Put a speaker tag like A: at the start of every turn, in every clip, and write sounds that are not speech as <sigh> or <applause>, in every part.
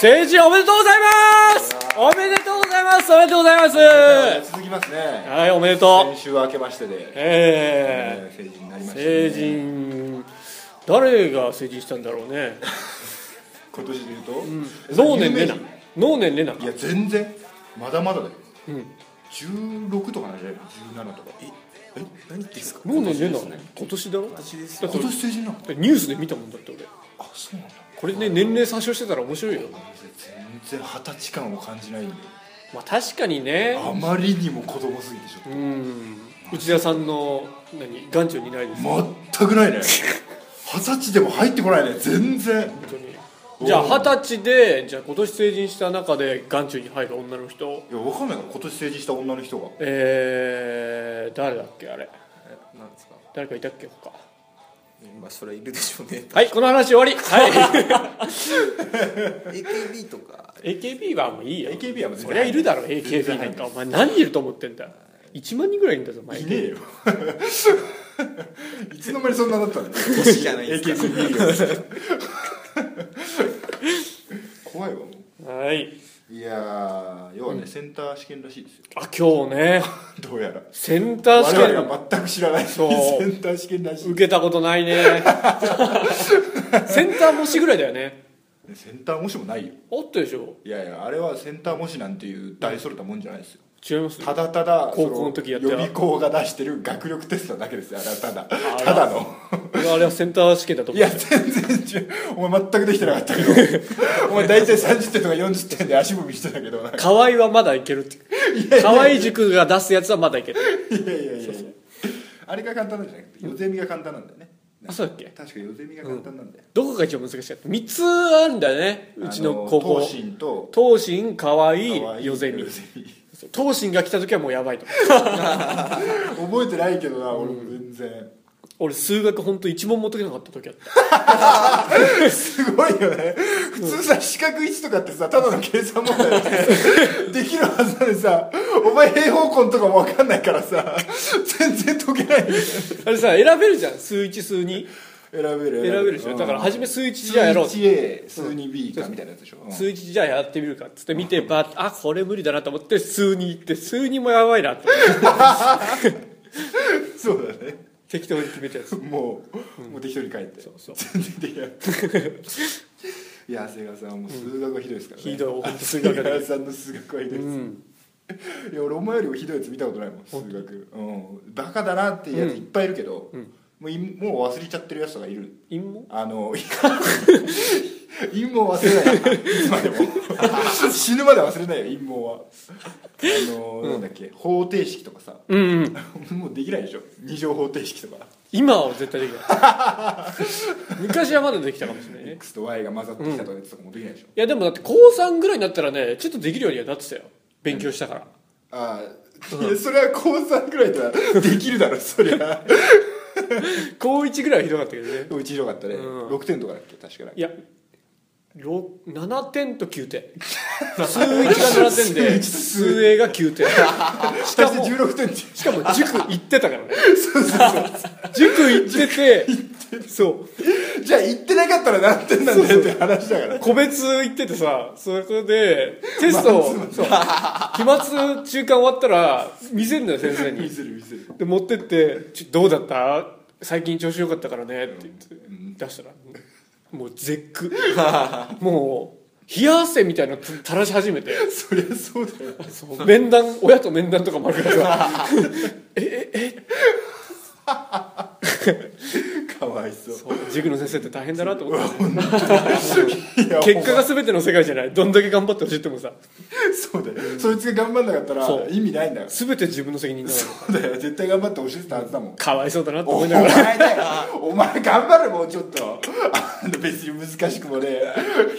A: 成人おめでとうございますおめでとうございますおめでとうございます
B: 続きますね
A: はいおめでと
B: 先
A: う
B: 週明けましてで、
A: え
B: えー成人になり
A: ー、
B: ましたね
A: 成人誰が成人したんだろうね
B: 今年で言うと、
A: 能年レナ
B: 有名
A: 能年レナ
B: 人いや全然まだまだだよ、16とかなんじゃないの17とか
C: え何言ってんすか
A: 能年レナ
C: 今
A: 今年だろ
C: 年です
A: だ
C: よ
A: って
B: 今年成人なの
A: 俺ニュースで見たもんだって俺
B: あそうなんだ
A: これで年齢参照してたら面白いよ
B: 全然二十歳感を感じないんで
A: まあ確かにね
B: あまりにも子供すぎてちょっと
A: うん内田さんの何眼中にないです本
B: 全くな
A: <laughs>
B: いね二十歳でも入ってこないね全然
A: 当にじゃあ
B: おー
A: 二十歳でじゃあ今年成人した中で眼中に入る女の人
B: いやわかんないから今年成人した女の人が
A: えー、誰だっけあれ
C: えなんですか
A: 誰かいたっけ他
C: まあそれはいるでしょう <laughs> ね
A: はいこの話終わり <laughs> はい
C: AKB とか
A: AKB はもういいよ
B: AKB は別に
A: そりゃいるだろ AKB なんかお前何人いると思ってんだ1万人ぐらいいるんだぞお前
B: いねえよ <laughs> いつの間にそんなだったの
C: 年じゃないです
B: <laughs>
C: か
B: AKB 見るよ怖いわも
A: はいう
B: いやー要はね、センター試験らしいですよ
A: あ今日ね
B: <laughs> どうやら
A: センター試
B: 我
A: 験
B: 々が全く知らない
A: そう
B: <laughs> センター試験らしい
A: 受けたことないねセンター模試ぐらいだよね
B: センター模試もないよ
A: あったでしょ
B: いやいやあれはセンター模試なんていう大それたもんじゃないですよ
A: 違います
B: ただただ
A: 高校の時やった
B: そ予備校が出してる学力テストだけですよあれはただただの
A: 俺はあれはセンター試験だと
B: い
A: 思う
B: や全然違うお前全くできてなかったけ <laughs> どお前大体30点とか40点で足踏みしてたけどなんか
A: 河合はまだいけるって河合塾が出すやつはまだいける
B: いやいやいやいやあれが簡単なんじゃなくてヨゼミが簡単なんだよね
A: あそうだっけ
B: 確かヨゼミが簡単なんだよ、
A: どこが一番難しかった3つあるんだよねうちの高
B: あ
A: 校
B: 東進と
A: 東進河合
B: 河合
A: ヨゼミそう東進が来た時はもうやばいと思う
B: 覚えてないけどな俺も全然、
A: 俺数学本当一問も解けなかった時あった
B: すごいよね普通さ四角一とかってさただの計算問題だからさ
A: <laughs>
B: できるはずなのにさお前平方根とかも分かんないからさ全然解けないよね
A: あれさ選べるじゃん数1数2
B: 選べる
A: 選べるでしょだから初め数1じゃあやろう
B: 数 1A 数 2B かみたいなやつでしょ、うん
A: 数1じゃあやってみるかっつって見てばあこれ無理だなと思って数2行って数2もやばいなと思って
B: そうだね
A: 適当に決めたやつ
B: もう、もう適当に帰って
A: そう
B: 全然できない <laughs> いや瀬川さんはもう数学はひどいですからね、
A: ひどい本当数
B: 瀬
A: 学だけ
B: 川さんの数学はひどいです、いや俺お前よりもひどいやつ見たことないもん数学うんバカだなっていうやついっぱいいるけど、もういもう忘れちゃってるやつとかいる
A: 陰謀
B: あの <laughs> 陰謀忘れないいつまでも <laughs> 死ぬまで忘れないよ陰謀はあの、なんだっけ方程式とかさ
A: うん、うん、
B: もうできないでしょ二乗方程式とか
A: 今は絶対できない昔はまだできたかもしれないね
B: X と Y が混ざってきたとかやつとかもできないでしょ、
A: いやでもだって高3ぐらいになったらねちょっとできるようにはなってたよ勉強したから
B: ああいやそれは高3ぐらいで
A: <laughs>
B: はできるだろそりゃ
A: 高1ぐらいはひどかったけどね
B: うちひどかったね、
A: うん
B: 6点とかだっけ確かない
A: やろ7点と9点数1が7点で
B: 数一と数
A: 数 A が9点し
B: 足
A: か
B: して
A: も
B: 16点って
A: しかも塾行ってたからね塾行ってて <laughs> そう
B: じゃあ言ってなかったら何点なんだよって話だから
A: 個別行っててさそれでテストをそう期末中間終わったら見せるんだよ先生
B: 見
A: に
B: せる見せる
A: で持ってって「ちょどうだった最近調子良かったからね」って言って出したらもう絶句もう冷や汗みたいなの垂らし始めて
B: そりゃそうだよ
A: そう面談親と面談とかもあるからさえええ
B: かわいそう
A: 塾の先生って大変だなと思って
B: いや
A: 結果が全ての世界じゃないどんだけ頑張ってほしいってもさ
B: そうだよそいつが頑張んなかった
A: そう
B: ら意味ないんだよそ
A: 全て自分の責任だから
B: うだよ絶対頑張ってほしいってたはずだもん
A: かわいそうだなと
B: お
A: 思い
B: 前
A: ながら
B: だよお前頑張れもうちょっとあの別に難しくもね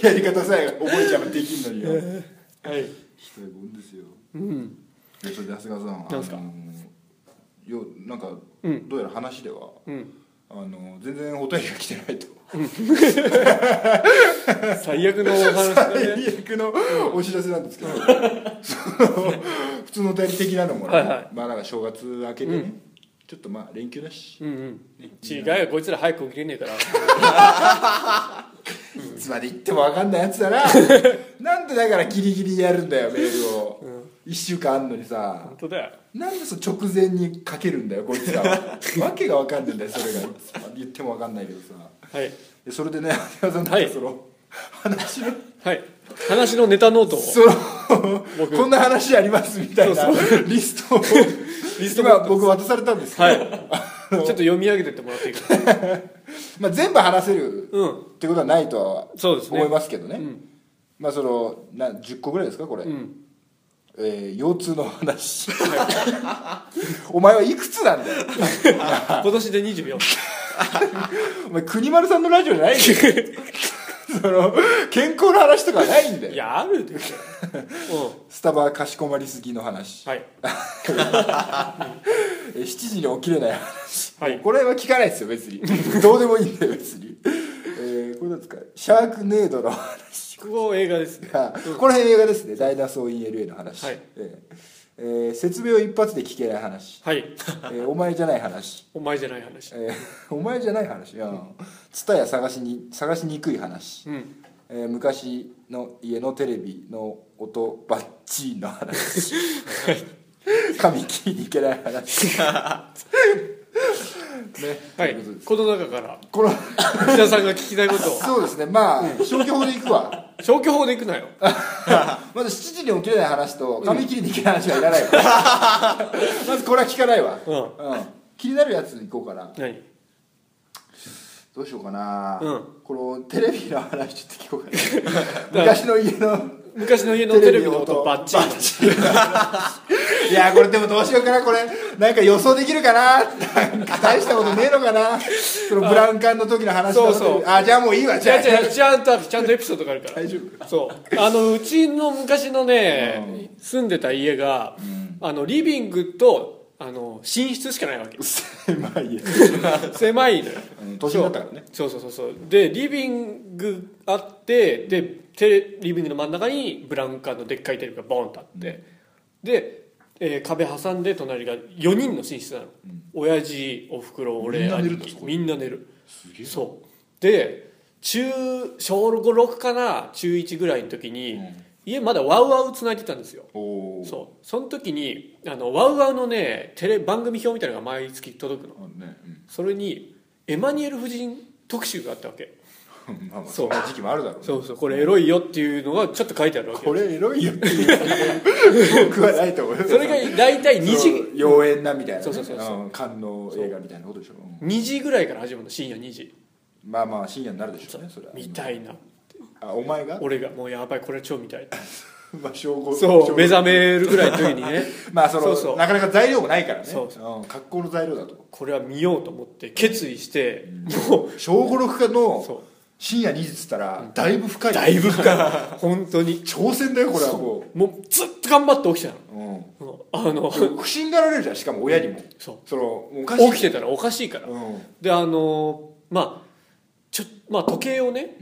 B: やり方さえ覚えちゃえばできんのによ
A: はい
B: ひどいもんですよ
A: うん
B: いやそれで長谷川さん
A: なんすか
B: あのーようなんか、
A: うん
B: どうやら話では、
A: うん
B: あのー全然お便りが来てないと
A: 最悪のお話だね
B: <laughs> 最悪のお知らせなんですけど、その <laughs> 普通のお便り的なのもね、
A: はいはい
B: まあなんか正月明けでね、ちょっとまあ連休だし、
A: うんうん違うよこいつら早く起きれねえから
B: つまで行っても分かんないやつだ
A: <laughs>
B: ななんでだからギリギリやるんだよメールを、1週間あんのにさ
A: 本当だよ
B: なんでその直前にかけるんだよこいつら
A: <laughs>
B: はわけが分かんないんだよそれがいつまで言っても分かんないけどさ
A: はい
B: でそれでね長谷川さんなん
A: は
B: か
A: い
B: その、話の
A: はい話のネタノートを
B: その
A: 僕
B: こんな話ありますみたいなリストを
A: <laughs> リスト
B: 今
A: がちょっ
B: 僕渡されたんですけど、
A: <laughs> と読み上げてってもらっていいかな
B: まあ、全部話せる
A: うん
B: ってことはないとは
A: そうですね
B: 思いますけどね、
A: ん
B: まあそのな10個ぐらいですかこれ、
A: うん
B: えー腰痛の話 <laughs> お前はいくつなんだよ
A: 今年で24
B: お前国丸さんのラジオじゃないんだ
A: <laughs>
B: よその健康の話とかはないんだよ
A: いやあるでしょうん
B: スタバかしこまりすぎの話、
A: はい
B: えー7時に起きれない話、
A: はい
B: もうこれは聞かないですよ別にどうでもいいんだよ別に、えーこれなんですかシャークネードの話
A: ここ映画ですね
B: あこの辺映画ですね「ダイナソー・イン・ LA」の話、
A: はい
B: えーえー説明を一発で聞けない話、
A: はい
B: えーお前じゃない話、
A: お前じゃない話
B: えーお前じゃない話ツタヤ探しに探しにくい話、
A: うん
B: えー昔の家のテレビの音バッチーンの話髪切りに行けない話ね
A: はい
B: ということです
A: この中から
B: この
A: 岸田さんが聞きたいことを
B: そうですねまあ消去法でいくわ
A: 消去法でいくなよ
B: まず7時に起きれない話と髪切りに行けない話はいらないわまずこれは聞かないわ、
A: うん
B: うん、気になるやついこうかな
A: 何
B: どうしようかな、
A: うん
B: このテレビの話ちょっと聞
A: <laughs>
B: こうかな昔の家の
A: 昔の家のテレビの音バッチリ
B: いやこれでもどうしようかなこれなんか予想できるかななんか大したことねえのかなそのブラウン管の時の話
A: そう
B: の
A: そう
B: あじゃあもういいわじ
A: じ
B: ゃ
A: ゃ
B: あ
A: あじゃあちゃんとちゃんとエピソードがあるから
B: 大丈
A: そうあのうちの昔のね、住んでた家が、あのリビングとあの寝室しかないわけ
B: 夫狭い家
A: 狭いのよ
B: うん都心だったからね
A: そうそうそうそうでリビングあってでテレリビングの真ん中にブラウン管のでっかいテレビがボンとあって、で、えー壁挟んで隣が4人の寝室なの、親父おふくろ俺
B: みんな寝るん
A: 兄
B: だ
A: 貴
B: そこ
A: みんな寝る
B: すげえ
A: そうで中小56かな中1ぐらいの時に、
B: うん
A: 家まだワウワウ繋いでたんですよ
B: おお
A: そうその時にあのワウワウのねテレ番組表みたいなのが毎月届くの
B: ね
A: それにエマニュエル夫人特集があったわけ
B: うんまあまあ
A: そ
B: そううな時期もあるだろうね
A: そうそうこれエロいよっていうのがちょっと書いてあるわけ
B: これエロいよって
A: <laughs>
B: 言う僕はないと思う
A: それが大体2
B: そ
A: 時
B: う妖艶なみたいなね
A: そうそうそうそうん
B: 官能映画みたいなことでしょうん
A: 2時ぐらいから始まるの深夜2時
B: まあまあ深夜になるでしょうねそれは
A: みたいな
B: あお前が
A: 俺がもうやばいこれは超みたい
B: まあ小五
A: そう
B: 小五
A: 目覚めるぐらいの時にね
B: まあその
A: そうそう
B: なかなか材料もないからね
A: そう
B: うん格好の材料だと
A: これは見ようと思って決意しても
B: 小五六課
A: う
B: の
A: そ
B: 深夜2時っつったらだいぶ深いだ
A: いぶ深う本当に
B: <laughs> 挑戦だよこれはも
A: もうずっと頑張って起きてた
B: ううん
A: のあの
B: 不審がられるじゃんしかも親にも
A: そう
B: そのおかしい
A: 起きてたらおかしいから
B: うん
A: であのーまあちょまあ時計をね、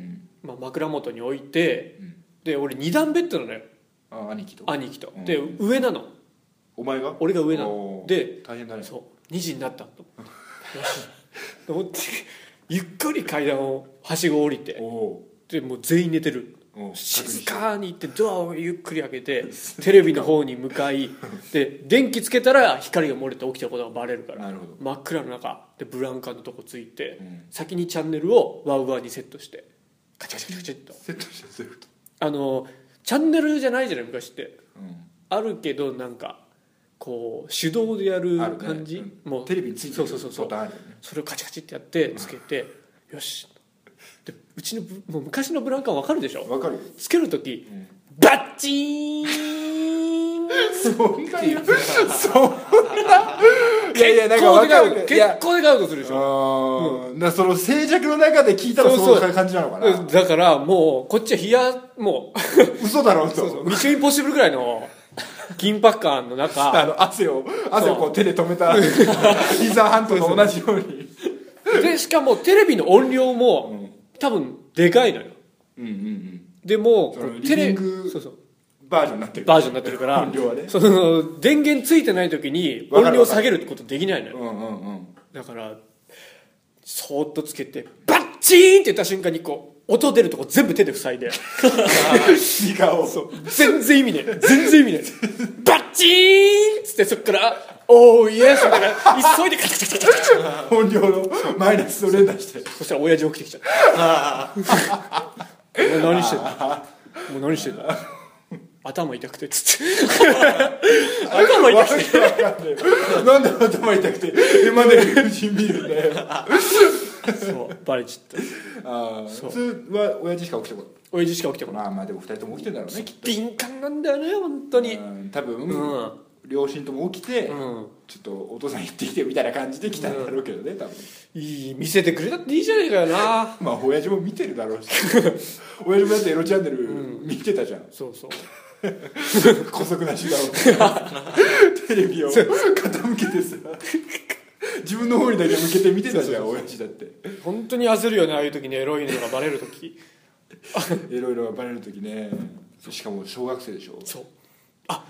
A: まあ、枕元に置いて、
B: うん
A: で俺二段ベッドなのよ
B: あ兄貴と
A: 兄貴と、
B: うん
A: で上なの
B: お前が
A: 俺が上なの
B: おー
A: で
B: 大変だね
A: そう2時になったとよしと思って <laughs> ゆっくり階段をはしご降りて
B: おお
A: でもう全員寝てる
B: ーおー
A: 静かに行ってドアをゆっくり開けてテレビの方に向かいで電気つけたら光が漏れて起きたことがバレるから
B: なるほど
A: 真っ暗の中でブランカーのとこついて、
B: うん
A: 先にチャンネルをワウワウにセットしてカチャカチャカチャカチャっと
B: セットしてそういうこと
A: あのチャンネルじゃないじゃない昔って
B: うん
A: あるけどなんかこう手動でやる
B: あるね
A: 感じ
B: うん
A: もう
B: テレビについて
A: そうそうそうそう
B: ボタンあるよね
A: それをカチカチってやってつけて、よしでうちのブもう昔のブランカーわかるでしょ
B: わかるよ
A: <laughs> つける時、
B: ん
A: バッチーン
B: そんなにそん <laughs>
A: <laughs>
B: ないやいやなんかわかる
A: 結
B: いや
A: 構でガウトするでしょ
B: あーなその静寂の中で聞いたらそういう感じなのかな
A: うんだからもうこっちは冷やも
B: 嘘だろと
A: う「ミッションインポッシブル」ぐらい
B: <laughs>
A: の緊迫感の
B: あ
A: 中
B: の汗を汗をこう手で止めた伊沢半島と同じように
A: でしかもテレビの音量も多分でかいのよ
B: うんうんうん
A: でも
B: その
A: テレ
B: リビング
A: そうそう
B: バージョンになってる
A: バージョンになってるから
B: 音量はね
A: その電源ついてない時に
B: わか
A: 音
B: る
A: 量下げるってことできないのよ
B: うんうんうん
A: だからそーっとつけてバッチチーンって言った瞬間にこう音出るとこ全部手で塞いで
B: いい顔そう
A: 全然意味ねえ全然意味ねえバッチーンっつってそっから「おーイエス」だから急いでカチャカチャカチャカチャ
B: 本領のマイナスを連打して
A: そしたら親父起きてきちゃった。もう何してんのもう何してんの頭痛くてっつって。頭
B: わ
A: 痛
B: け
A: く
B: わ
A: て。
B: かんねえなんで頭痛くて今まで夫人見るんだよ
A: そう、バレちゃった。
B: ああ
A: そ
B: 普
A: う
B: 通は親父しか起きてこ
A: 親父しか起きてこ
B: な
A: な
B: い
A: い。
B: まあまあでも二人とも起きてんだろうねきっと
A: 敏感なんだよね、本当に。
B: うん多分、
A: うん。うん。
B: 両親とも起きて、ちょっとお父さん行ってきてみたいな感じで来たんだろうけどね多分
A: いい、見せてくれたっていいじゃないかよな。
B: まあ親父も見てるだろ
A: <laughs>
B: うし親父もだってエロチャンネル見てたじゃん
A: そうそう。
B: 姑息なし
A: <laughs>
B: 顔テレビを傾けてさ自分の方にだけ向けて見てたじゃん親父だって
A: 本当に焦るよね、ああいう時にエロいのがバレる時。
B: いろいろバレる時ねしかも小学生でしょ
A: そう。あ、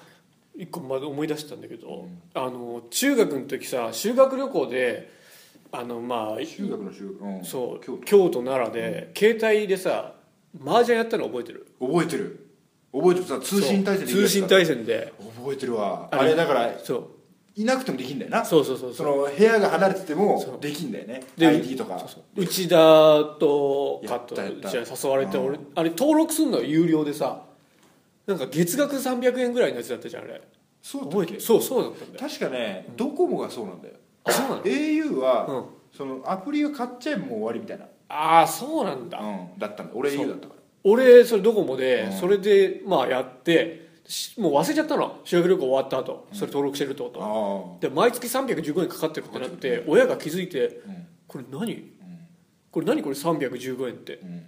A: 一個まだ思い出したんだけど、あの、中学の時さ、修学旅行で、あの、まあ、
B: 中学の修学、うん、
A: そう京
B: 今
A: 都奈良で、携帯でさ麻雀やったの覚えてる
B: 日覚えてる覚えてるさ通信対戦でいい
A: そう
B: や
A: 通
B: つだ
A: 信対戦で
B: 覚えてるわ
A: あ
B: あ
A: れ
B: れだから
A: そう
B: いなくてもできんだよな
A: そうそうそう
B: そ
A: そう
B: の部屋が離れてて
A: そう
B: もできんだよね
A: で
B: ID とか
A: そうそう内田と
B: や
A: か
B: っ
A: と
B: たやった
A: じゃあ誘われて
B: うん
A: 俺あれ登録するのよ有料でさなんか月額300円ぐらいのやつだったじゃんあれ
B: そうだ
A: 覚
B: っ
A: えて
B: け
A: るそうそうだったんだよ
B: 確かねドコモがそうなんだよ
A: あそうなの
B: au は、
A: うん
B: そのアプリを買っちゃえばもう終わりみたいな
A: ああそうなんだ
B: うん、だったんだ俺
A: そう
B: au だったか
A: 俺それドコモで、
B: うん
A: それでまあやってしもう忘れちゃったの修学旅行終わった後それ登録してるってこと
B: らああ
A: で毎月315円かかってるってなって親が気づいて「これ何これ何これ315円って
B: うん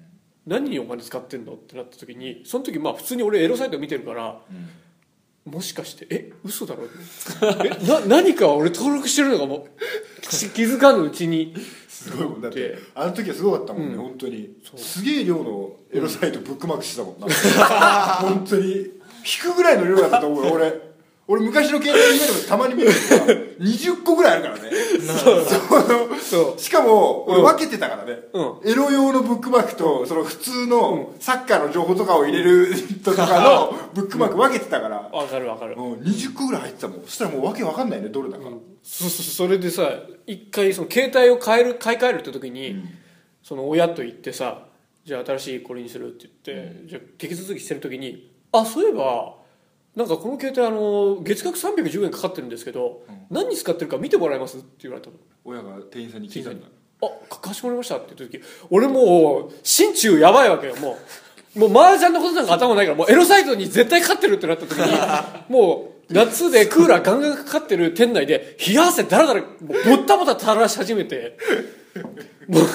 A: 何にお金使ってんの?」ってなった時にその時まあ普通に俺エロサイト見てるから
B: うん
A: もしかして「え嘘だろ?え」な何か俺登録してるのかも <laughs> 気気づかぬうちに
B: すごいもんだっ
A: で
B: てあの時はすごかったもんね、
A: うん
B: 本当に
A: そう
B: すげえ量のエロサイトブックマークしてたもんな、 <laughs> 本当に引くぐらいの量だったと思うよ俺俺昔の携帯見るのたまに見るけどさ20個ぐらいあるからねそう
A: そ
B: <laughs> しかも
A: う
B: 俺
A: ん
B: 分けてたからね、
A: う
B: エロ用のブックマークとその普通のサッカーの情報とかを入れるとかのブックマーク分けてたから、
A: うわかるわかる、
B: うん、20個ぐらい入ってたもんそしたらもうわけわかんないねどれだか、
A: そそそれでさ一回その携帯を変える買い替えるって時に、その親と言ってさじゃあ新しいこれにするって言って、じゃあ手続きしてる時にあそういえばなんかこの携帯あの月額310円かかってるんですけど、何に使ってるか見てもらえますって言われたの
B: 親が店員さんに聞いたんだ
A: あか貸してもらいましたって言った時俺もう心中やばいわけよもうもう麻雀のことなんか頭ないからもうエロサイトに絶対勝ってるってなった時
B: <laughs>
A: にもう夏でクーラーガンガンかかってる店内で冷や汗だらだらもうぼったぼた垂らし始めてもう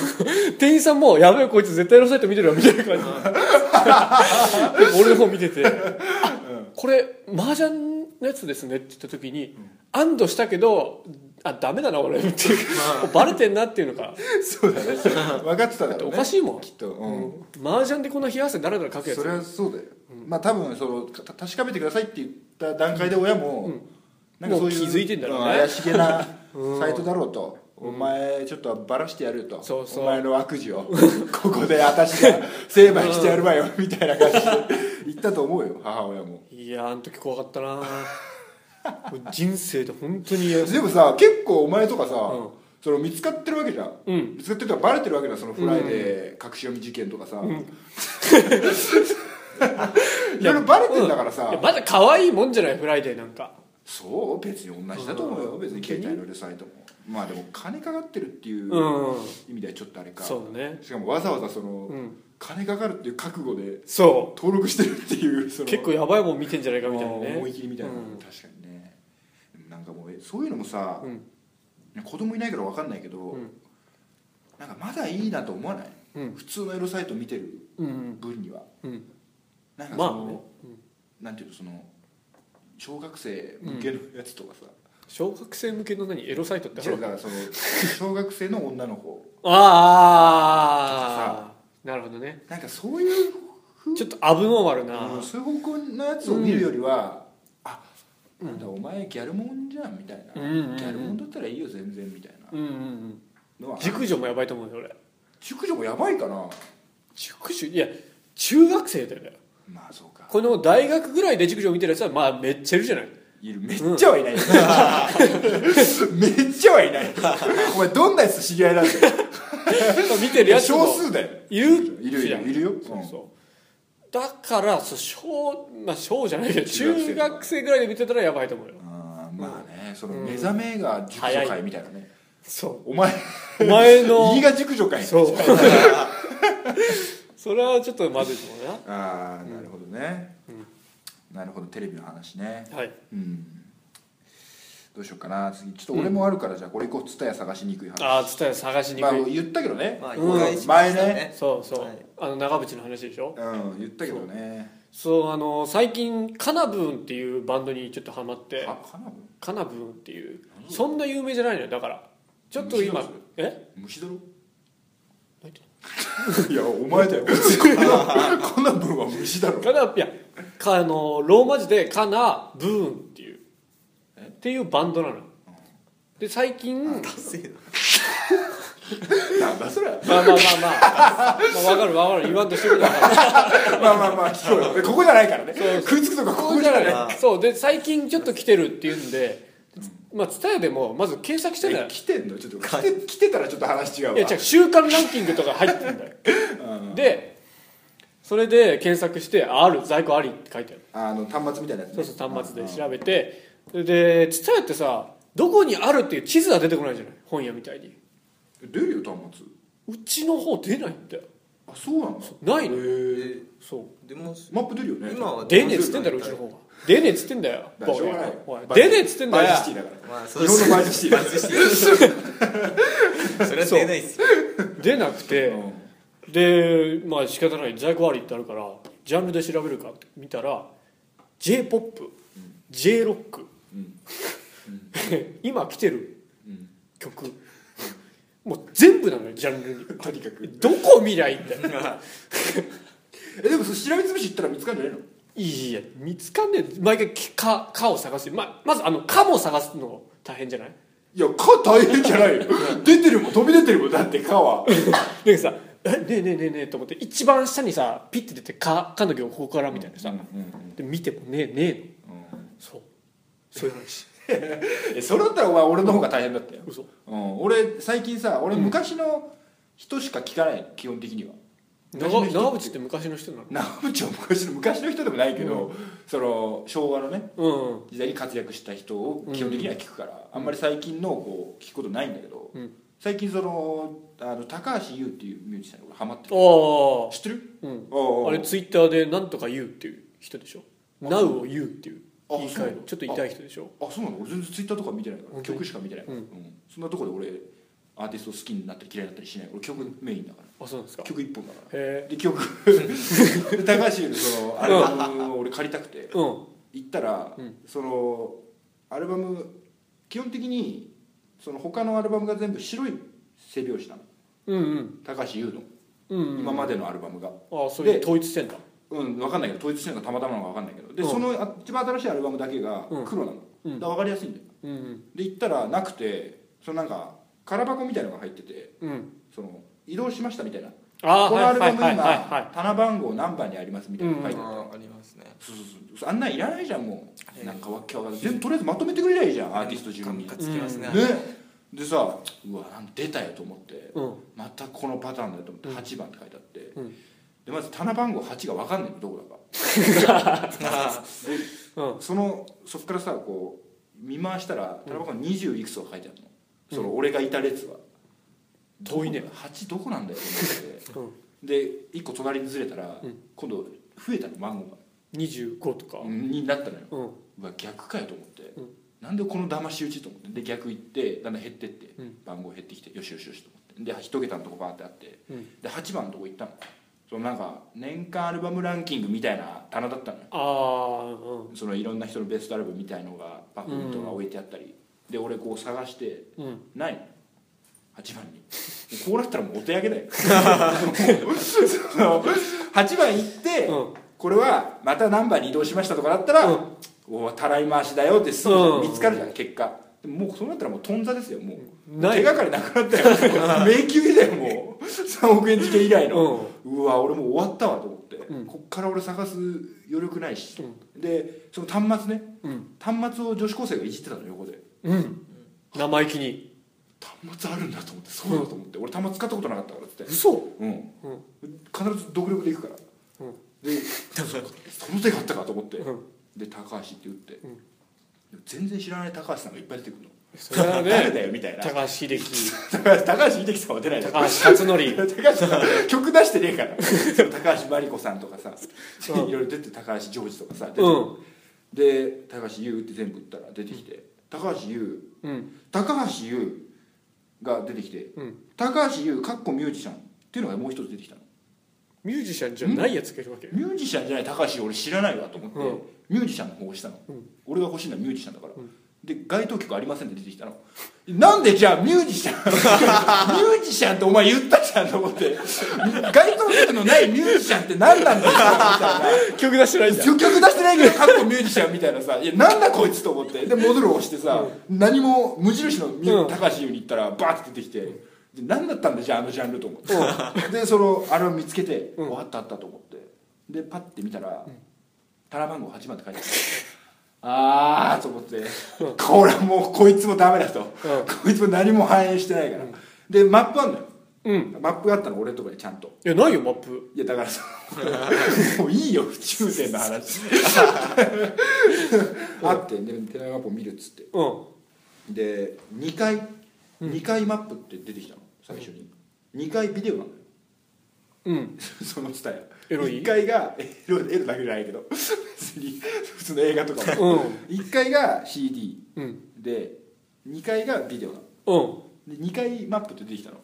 A: 店員さんも「やべえこいつ絶対エロサイト見てるわ」みたいな感じ
B: <laughs>
A: でで俺の方見てて「あこれ麻雀のやつですね」って言った時に安堵したけど「あダメだな
B: <laughs>
A: 俺」っていうバレてんなっていうのか
B: そうだね <laughs> 分かってただろう、ね、
A: おかしいもん
B: きっと、うん
A: 麻雀でこんな冷や汗だらだらかくやつ
B: それはそうだよ、まあ多分そのた確かめてくださいって言った段階で親も、なんかそういう
A: もう気づいてんだろうね
B: ん怪しげ
A: <laughs>
B: なサイトだろうと、お前ちょっとバラしてやると
A: そうそう
B: お前の悪事を <laughs> ここで私が成敗してやるわよ、みたいな感じで言ったと思うよ母親も
A: いやーあの時怖かったな
B: <laughs>
A: もう人生で本当に嫌
B: でもさ結構お前とかさ、
A: うん
B: その見つかってるわけじゃん、
A: うん
B: 見つかってるとかバレてるわけじゃんそのフライデー隠し読み事件とかさ、 <laughs> いろいろバレてんだからさ、
A: いやまだ可愛いもんじゃないフライデーなんか
B: そう別に同じだと思うよ、別に携帯のレサイトもまあでも金かかってるっていう
A: うん
B: 意味ではちょっとあれか、
A: そうだね
B: しかもわざわざその、
A: ん
B: 金かかるっていう覚悟で
A: そ
B: 登録してるっていうそうの
A: 結構やばいもん見てんじゃないかみたいな
B: まあ思い
A: ね
B: 切りみたいな、
A: うん
B: 確かにねなんかもうえそういうのもさ、
A: うん
B: 子供いないから分かんないけど、
A: うん
B: なんかまだいいなと思わない、
A: うん
B: 普通のエロサイト見てる
A: うん
B: 分には、
A: うん
B: なんかそ
A: ま
B: の、
A: あね
B: なんていうのその小学生向けのやつとかさ、
A: 小学生向けの何エロサイトってあ
B: 違う
A: る
B: だからその小学生の女
A: <laughs>
B: の子
A: ああなるほどね
B: なんかそういう
A: ちょっとアブノーマルな、
B: うんそういう方向のやつを見るよりは、あなんだお前ギャルモンじゃんみたいな、
A: うんうんうん
B: ギャルモンだったらいいよ全然みたいな
A: うんうんうん
B: のは
A: 熟女もやばいと思うよ俺
B: 熟女もやばいかな
A: 塾女いや中学生だよ
B: まあそうか
A: この大学ぐらいで塾女を見てるやつはまあめっちゃいるじゃない
B: いるめっちゃはいない、 <laughs> めっちゃはいないお前どんなやつと知り合いなんだよ
A: 見てるやつも
B: 少数だよ
A: いる
B: いるい
A: じゃん
B: るいるよ、うん
A: そうそうだからそう小まあ小じゃないけど
B: 中学生
A: 中学生ぐらいで見てたらやばいと思うよ
B: あーまあねその目覚めが熟女会みたいなね、
A: そ
B: お前
A: うお前の
B: 胃が熟女会
A: そうそれはちょっとまずいと思う
B: ああなるほどね、なるほどテレビの話ね
A: なはい
B: うんどうしようかな次ちょっと俺もあるから、じゃあこれ以降蔦屋探しにくい話
A: ああ伝え探しに
B: まあ
A: くい
B: 言ったけどね、
C: まあ、
A: うん
C: お願いしました
B: 前ね
A: そうそう、
C: はい
A: あの長渕の話でしょ
B: うん言ったけどね
A: そうあの最近カナブーンっていうバンドにちょっとハマって
B: あカナブ
A: カナブーンっていうそんな有名じゃないのよだからちょっと今
B: 知らん
A: え
B: 虫だろ
A: 何言って
B: <laughs> いやお前だよカナブンは虫だろ
A: カナいやかあのローマ字でカナブーンっていうっていうバンドなので最近 <laughs> まあ
C: 達成だ
B: なんだそれ
A: まあまあまあまあわかるわかる言わんとしてるだから
B: まあまあまあ聞こ <laughs> うよここじゃないからね
A: そう
B: 食いつくとか <laughs> こ
A: そ
B: こ
A: う
B: じ
A: じ
B: ゃ
A: ゃ
B: ない
A: ないそうで最近ちょっと来てるっていうんでまあ蔦屋でもまず検索してんだ
B: え
A: よ
B: 来てんのちょっと来て来てたらちょっと話違うわ
A: いや違う週間ランキングとか入ってんだよ
B: うん
A: でそれで検索して「あある在庫あり」って書いてある
B: あの端末みたいなやつね
A: そうそう端末で調べてで蔦屋ってさどこにあるっていう地図は出てこないじゃない本屋みたいに
B: 出るよ端末
A: うちの方出ないんだよ
B: あそうなんだ
A: ないの
B: へー
A: そう
C: でも
B: マップ出るよね
C: 今は
A: 出ねえっつってんだろうちの方が出ねえっつってんだよ
B: だからしょうがない
A: おい出ねえっつってんだよ
B: バイシティだから
C: まあそ
B: 日本のバイシティだ
C: バズしてる <laughs> それは出ないっすよ
A: 出なくてでまあ仕方ない在庫ありってあるからジャンルで調べるかって見たら j p o p j ロック
B: うん
A: <laughs> 今来てる
B: うん
A: 曲もう全部なのよジャンルに
B: とにかく
A: どこ見りゃいいん
B: <laughs>
A: だよ
B: えでもそれ調べつぶし行ったら見つかるんじゃないの
A: いや見つかんねえ毎回「か」かを探してままずあの「か」も探すの大変じゃない
B: いや「か」大変じゃないよ出てるもん飛び出てるもんだって「か」は
A: でさ「えねえねえねえねえ」と思って一番下にさピッて出て「か」かの行ここからみたいなさ、で見てもねえねえのそうそういう話
B: えそれだったらお前俺の方が大変だったよ、
A: 嘘
B: うん、俺最近さ俺昔の人しか聞かない、基本的には
A: 長長渕って昔の人なの
B: 長渕は昔の昔の人でもないけど、その昭和のね
A: うんうん
B: 時代に活躍した人を基本的には聞くから、あんまり最近のをこう聞くことないんだけど、
A: うん
B: 最近そのあの高橋優っていうミュージシャンに俺ハマってる
A: あ
B: 知ってる
A: あうん
B: あ
A: あれツイッターで「なんとか言う」っていう人でしょ「Now を言う」っていう
B: あ
A: 言い
B: そうな
A: 換え
B: の
A: ちょっと痛い人でしょ
B: あそうなの俺全然ツイッターとか見てないから
A: 本当に
B: 曲しか見てないから、
A: うん
B: そんなとこで俺アーティスト好きになったり嫌いになったりしない俺曲メインだか
A: あそうなんですからへ
B: 曲一本だか
A: え
B: らで
A: <laughs>
B: 曲で高橋優のそのアルバムを俺借りたくて
A: うん
B: 行ったら、
A: うん
B: そのアルバム基本的にその他のアルバムが全部白い背拍子なの
A: うんうん
B: 高橋優の、
A: うんうん
B: 今までのアルバムが
A: ああそういう
B: で
A: 統一してんだ
B: うん分かんないけど統一してるのがたまたまなのか分かんないけどで、
A: うん
B: そのあ一番新しいアルバムだけが
A: うん
B: 黒なの、
A: うん
B: だから分かりやすいんだよ
A: うん
B: で行ったらなくてそのなんか空箱みたいのが入ってて
A: うんうん
B: その移動しましたみたいな
A: ああ
B: この
A: は
B: アル
A: い
B: バ
A: はい
B: ム
A: はい
B: 今、
A: はいは
B: 棚番号何番にありますみたいなの書いてある、
C: あありますね
B: そうそうそうそうあんなんいらないじゃんもうなんかわっけわかんない全部とりあえずまとめてくれりゃいいじゃんアーティスト自分に
C: ム
B: ね
C: カつきます <laughs> ね、
B: でさうわなん出たよと思って
A: いうん
B: またこのパターンだと思って8番って書いてあって、
A: うん
B: でまず棚番号8が分かんないのどこだか
C: あ
A: うん
B: <laughs> そのそっからさこう見回したら田中二20いくつが書いてあるの、その俺がいた列は
A: 遠いね
B: 8どこなんだよ
A: <laughs>
B: と
A: う
B: 思っ
A: ん
B: てで1個隣にずれたら、
A: うん
B: 今度増えたの番号
A: 25とか
B: がになったのよ
A: うん
B: うわ逆かよと思って、
A: うん
B: なんでこの騙し討ちと思ってで逆行ってだんだん減ってって、
A: うん
B: 番号減ってきてよしよしよしと思ってで一桁のとこバーってあって、
A: うん
B: で8番のとこ行ったのそのなんか年間アルバムランキングみたいな棚だったのよ
A: ああうん
B: そのいろんな人のベストアルバムみたいのがパフュームとか置いてあったり、で俺こう探して
A: うん
B: ないの8番にこうなったらもうお手上げ
A: <laughs>
B: だよ <laughs> その8番行って、
A: うん
B: これはまた何番に移動しましたとかだったら、
A: う
B: おたらい回しだよってすぐ
A: うん
B: 見つかるじゃん結果でももうそうなったらもうとんざですよもう
A: ない
B: 手がかりなくなった
A: <laughs>
B: よ迷宮だよもう3億円事件以来の、うわ俺もう終わったわと思って、
A: うん
B: こっから俺探す余力ないし、でその端末ね
A: うん
B: 端末を女子高生がいじってたの横で
A: うん生意気に
B: 端末あるんだと思ってそうだと思って、俺端末使ったことなかったからっつって
A: 嘘
B: うん、必ず独力で行くから、
A: うん
B: でその手があったかと思って、
A: うん
B: で高橋って言って、
A: ん
B: でも全然知らない高橋さんがいっぱい出てくるの
A: それは
B: <laughs> 誰
A: ね
B: だよみたいな
A: 高橋秀樹
B: 高橋秀樹さんは出ないで
A: 高橋克典
B: 高橋さん曲出してねえから高橋真理子さんとかさいろいろ出て高橋ジョージとかさ出て、
A: うん
B: で高橋優って全部打ったら出てきて高橋優
A: うん
B: 高橋優が出てきて
A: うん
B: 高橋優かっこミュージシャンっていうのがもう一つ出てきたの
A: ミュージシャンじゃないやつがいるわけ
B: ミュージシャンじゃない高橋俺知らないわと思って、
A: うん
B: ミュージシャンの方を押したの、
A: うん
B: 俺が欲しいのはミュージシャンだから、
A: うん
B: で該当曲ありませんって出てきたのなんでじゃあミュージ
A: <laughs>
B: シャンミュージシャンってお前言ったじゃんと思って該当曲のないミュージシャンって何なんだよみた
A: 曲出してないんだ
B: いな曲出してないけどかっこミュージシャンみたいなさ「いやなんだこいつ」と思ってで戻るを押してさ、何も無印のミュ
A: うん
B: 高橋優に行ったらバーって出てきて。で何だったんだじゃああのジャンルと思って、でそのあれを見つけて、
A: うん
B: あったあったと思ってでパッて見たら、タラ番号8番って書いてあるああと思って、これはもうこいつもダメだと、こいつも何も反映してないから、でマップあんのよ
A: うん
B: マップがあったの俺のとこにちゃんと
A: いやないよマップ
B: いやだからさ
A: <laughs>
B: もういいよ不中点の話あってで寺マップを見るっつって
A: うん
B: で2回2回マップって出てきたの最初に、2回ビデオなのよ <laughs>
A: うん
B: その伝え
A: エロい
B: 1回がエロエロだけじゃないけど別に普通の映画とか
A: う
B: も、
A: ん
B: 1回が CD
A: うん
B: で2回がビデオなの
A: うん
B: で2回マップって出てきたの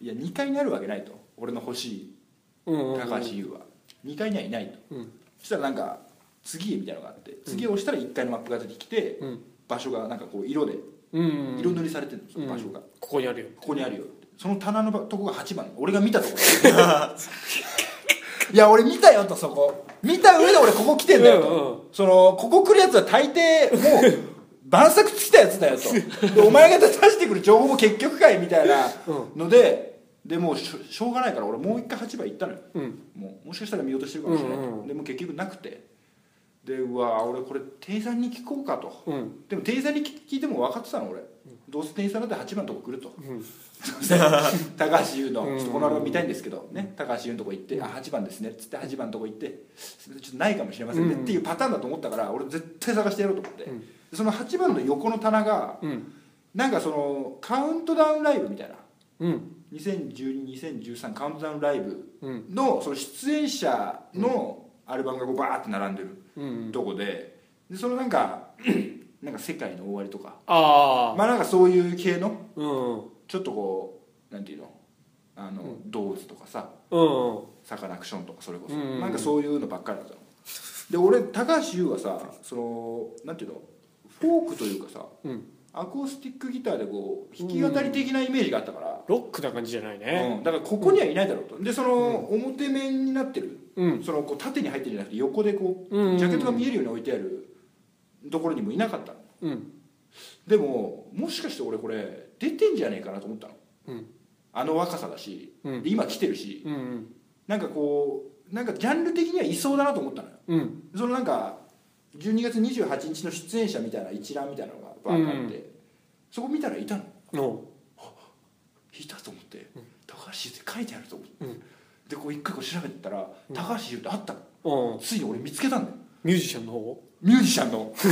B: いや2回になるわけないと俺の欲しい
A: うんうん
B: 高橋優は2回にはいないと
A: うん
B: そしたらなんか次へみたいなのがあって次へ押したら1回のマップが出てきて、
A: うん
B: 場所がなんかこう色で
A: うん
B: 色塗りされてるのその場所が、
A: うんここにあるよ
B: ここにあるよってその棚のとこが8番俺が見たとこ <laughs> いや俺見たよとそこ見た上で俺ここ来てんだよと、
A: うんうん
B: そのここ来るやつは大抵もう晩作尽きたやつだよとでお前が出してくる情報も結局かいみたいなので、でもうしょしょうがないから俺もう一回8番行ったのよ
A: うん
B: もうもしかしたら見落としてるかもしれない、
A: うんうんうん
B: でも結局なくてでうわ俺これ店員さんに聞こうかと、
A: うん
B: でも店員さんに聞聞いても分かってたの俺、どうせ店員さんだって8番のとこ来ると、
A: ん
B: <laughs> 高橋優の
A: うんうんうん
B: 「ちょっとこのアルバム見たいんですけど、ね、高橋優のとこ行って「あ8番ですね」っつって8番のとこ行って「すいませんちょっとないかもしれませんね」
A: うんうん
B: っていうパターンだと思ったから俺絶対探してやろうと思って、
A: うん
B: でその8番の横の棚が
A: うん
B: なんかそのカウントダウンライブみたいな
A: うん
B: 20122013カウントダウンライブ
A: うん
B: のその出演者のアルバムがこうバーって並んでる
A: うん
B: とこででそのなんか <clears throat> なんか「世界の終わり」とか
A: ああ
B: まあなんかそういう系の
A: うんうん
B: ちょっとこうなんていうのあの、ドーズとかさ
A: うん
B: サカナクションとかそれこそ、
A: うん
B: なんかそういうのばっかりだったので俺高橋優はさそのなんていうのフォークというかさ
A: うん
B: アコースティックギターでこう弾き語り的なイメージがあったから、
A: ロックな感じじゃないね
B: うんだからここにはいないだろうとでその表面になってる
A: うん
B: そのこう縦に入ってるんじゃなくて横でこう、
A: うん
B: ジャケットが見えるように置いてあるところにもいなかったの
A: うん
B: でももしかして俺これ出てんじゃねえかなと思ったの、
A: うん
B: あの若さだし、
A: うん
B: で今来てるし
A: うん
B: なんかこうなんかジャンル的にはいそうだなと思ったのよ
A: うん
B: そのなんか12月28日の出演者みたいな一覧みたいなのがバーッあって、そこ見たらいたの
A: の
B: いたと思って、高橋優って書いてあると思って、
A: うん
B: でこう一回こう調べてたら、高橋優ってあったの
A: うん
B: ついに俺見つけたんだよ
A: ミュージシャンの方
B: ミュージシャンの、過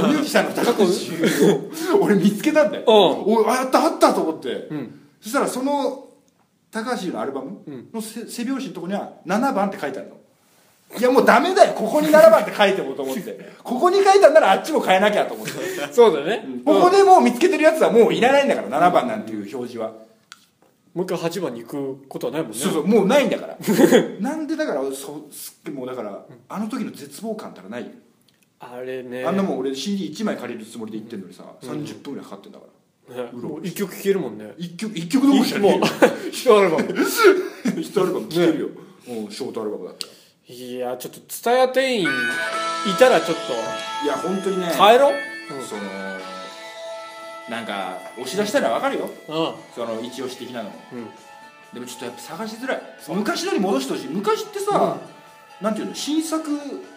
B: 去ミュージシャンの高橋優を俺見つけたんだよ。
A: うん
B: おいあ、やった、あったと思って。
A: うん
B: そしたらその高橋優のアルバム
A: うん
B: のせ背表紙のとこには7番って書いてあるの。いやもうダメだよ、ここに7番って書いてもと思って。ここに書いたんならあっちも変えなきゃと思って。
A: そうだね
B: ここでもう見つけてるやつはもういらないんだから、7番なんていう表示は。
A: もう一回8番に行くことはないもんね
B: そうそう、もうないんだから。なんでだから、そうすっげえもうだから、あの時の絶望感たらないよ。
A: あれね
B: あんなもん俺 CD1 枚借りるつもりで行ってんのにさ、30分ぐらいかかってんだから。
A: ね
B: うろ
A: もう一曲聴けるもんね
B: 一曲一曲どころじゃね
A: 人あれば
B: えよ <laughs> 一アルバム聴けるよ、うんショートアルバムだったら
A: いやちょっと蔦屋店員いたらちょっと
B: いや本当にね
A: 帰ろう
B: そのなんか押し出したらわかるよ
A: あ
B: その一押し的なのも
A: うん
B: でもちょっとやっぱ探しづらい昔のに戻してほしい昔ってさ、なんていうの新作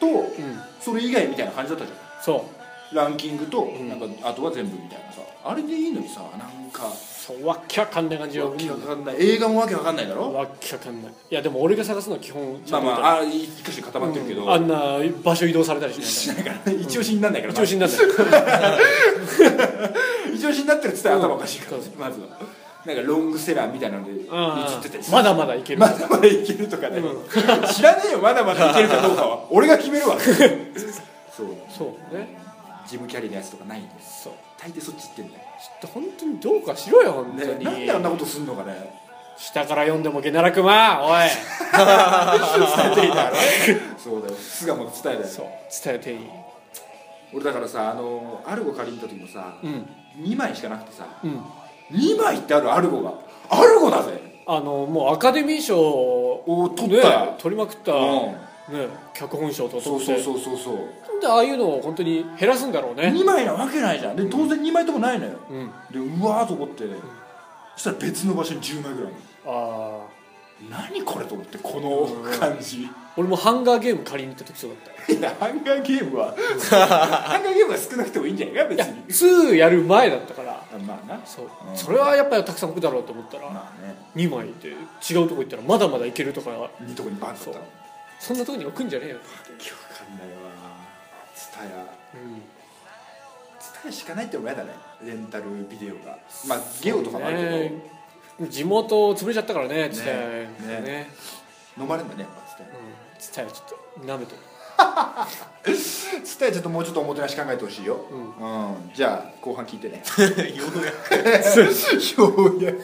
B: と
A: ん
B: それ以外みたいな感じだったじゃん
A: そう
B: ランキングと、
A: ん
B: なんかあとは全部みたいなさあれでいいのにさなんか
A: そうわっきゃかんない感じは
B: わけわかんない映画もわけわかんないだろ
A: わっきゃかんないいやでも俺が探すのは基本
B: まあま
A: あ
B: ああ一箇所固まってるけど、
A: あんな場所移動されたりし
B: し
A: ない
B: ないから一押しになんないから、
A: 調子になるんだ
B: <laughs>
A: よ
B: まあ一押しになってるっつったら
A: うん
B: 頭おかしいから、
A: そう
B: まずはなんかロングセラーみたいなので映ってたりする
A: まだまだいける
B: まだまだいけるとかね、知らねえよまだまだいけるかどうかは俺が決めるわそう
A: そうね
B: ジム・キャリーのやつとかないんです
A: そう
B: 大抵そっち行ってんだよ
A: ちょっと本当にどうかしろよ本当
B: ね
A: に、
B: なんであんなことすんの
A: <laughs>
B: かね
A: 下から読んでも下奈落まおい
B: 伝えていたからねそうだよ巣鴨の伝えだよ
A: そう伝えていい
B: 俺だからさあのアルゴ借りに行った時もさ、
A: うん
B: 2枚しかなくてさ
A: うん
B: 2枚ってあるアルゴがアルゴだぜ
A: あのもうアカデミー賞を
B: お取ったよ
A: ね、取りまくった、
B: うん
A: ね、脚本賞と
B: そ
A: 取
B: う
A: って
B: そうそうそうそう
A: なんでああいうのを本当に減らすんだろうね
B: 2枚なわけないじゃんで当然2枚ともないのよ、
A: うんあ
B: でうわーと思ってそしたら別の場所に10枚ぐらいある
A: あ
B: 何これと思ってこの感じ、
A: 俺もハンガーゲーム借りに行った時そうだった
B: い <laughs> やハンガーゲーム
A: <laughs>
B: はハンガーゲームは少なくてもいいんじゃないか別に
A: 2やる前だったから
B: あまあな
A: そう
B: うん
A: それはやっぱりたくさん置くだろうと思ったら
B: まあね
A: 2枚で違うとこ行ったらまだまだいけるとか
B: いいとこにバンとったの
A: そんなとこに置くんじゃねえよ
B: 今日わかんないわツ
A: う
B: タヤ
A: ん
B: ツタヤしかないっても嫌だねレンタルビデオがまあゲオとかもあるけど、
A: ね地元潰れちゃったからねつって
B: ね
A: ねね
B: 飲まれんだねやっぱツタヤ
A: うんつったよちょっとなめとる
B: ツタヤちょっともうちょっとおもてなし考えてほしいよ
A: う
B: <laughs> うん、じゃあ後半聞いてね
D: ようやく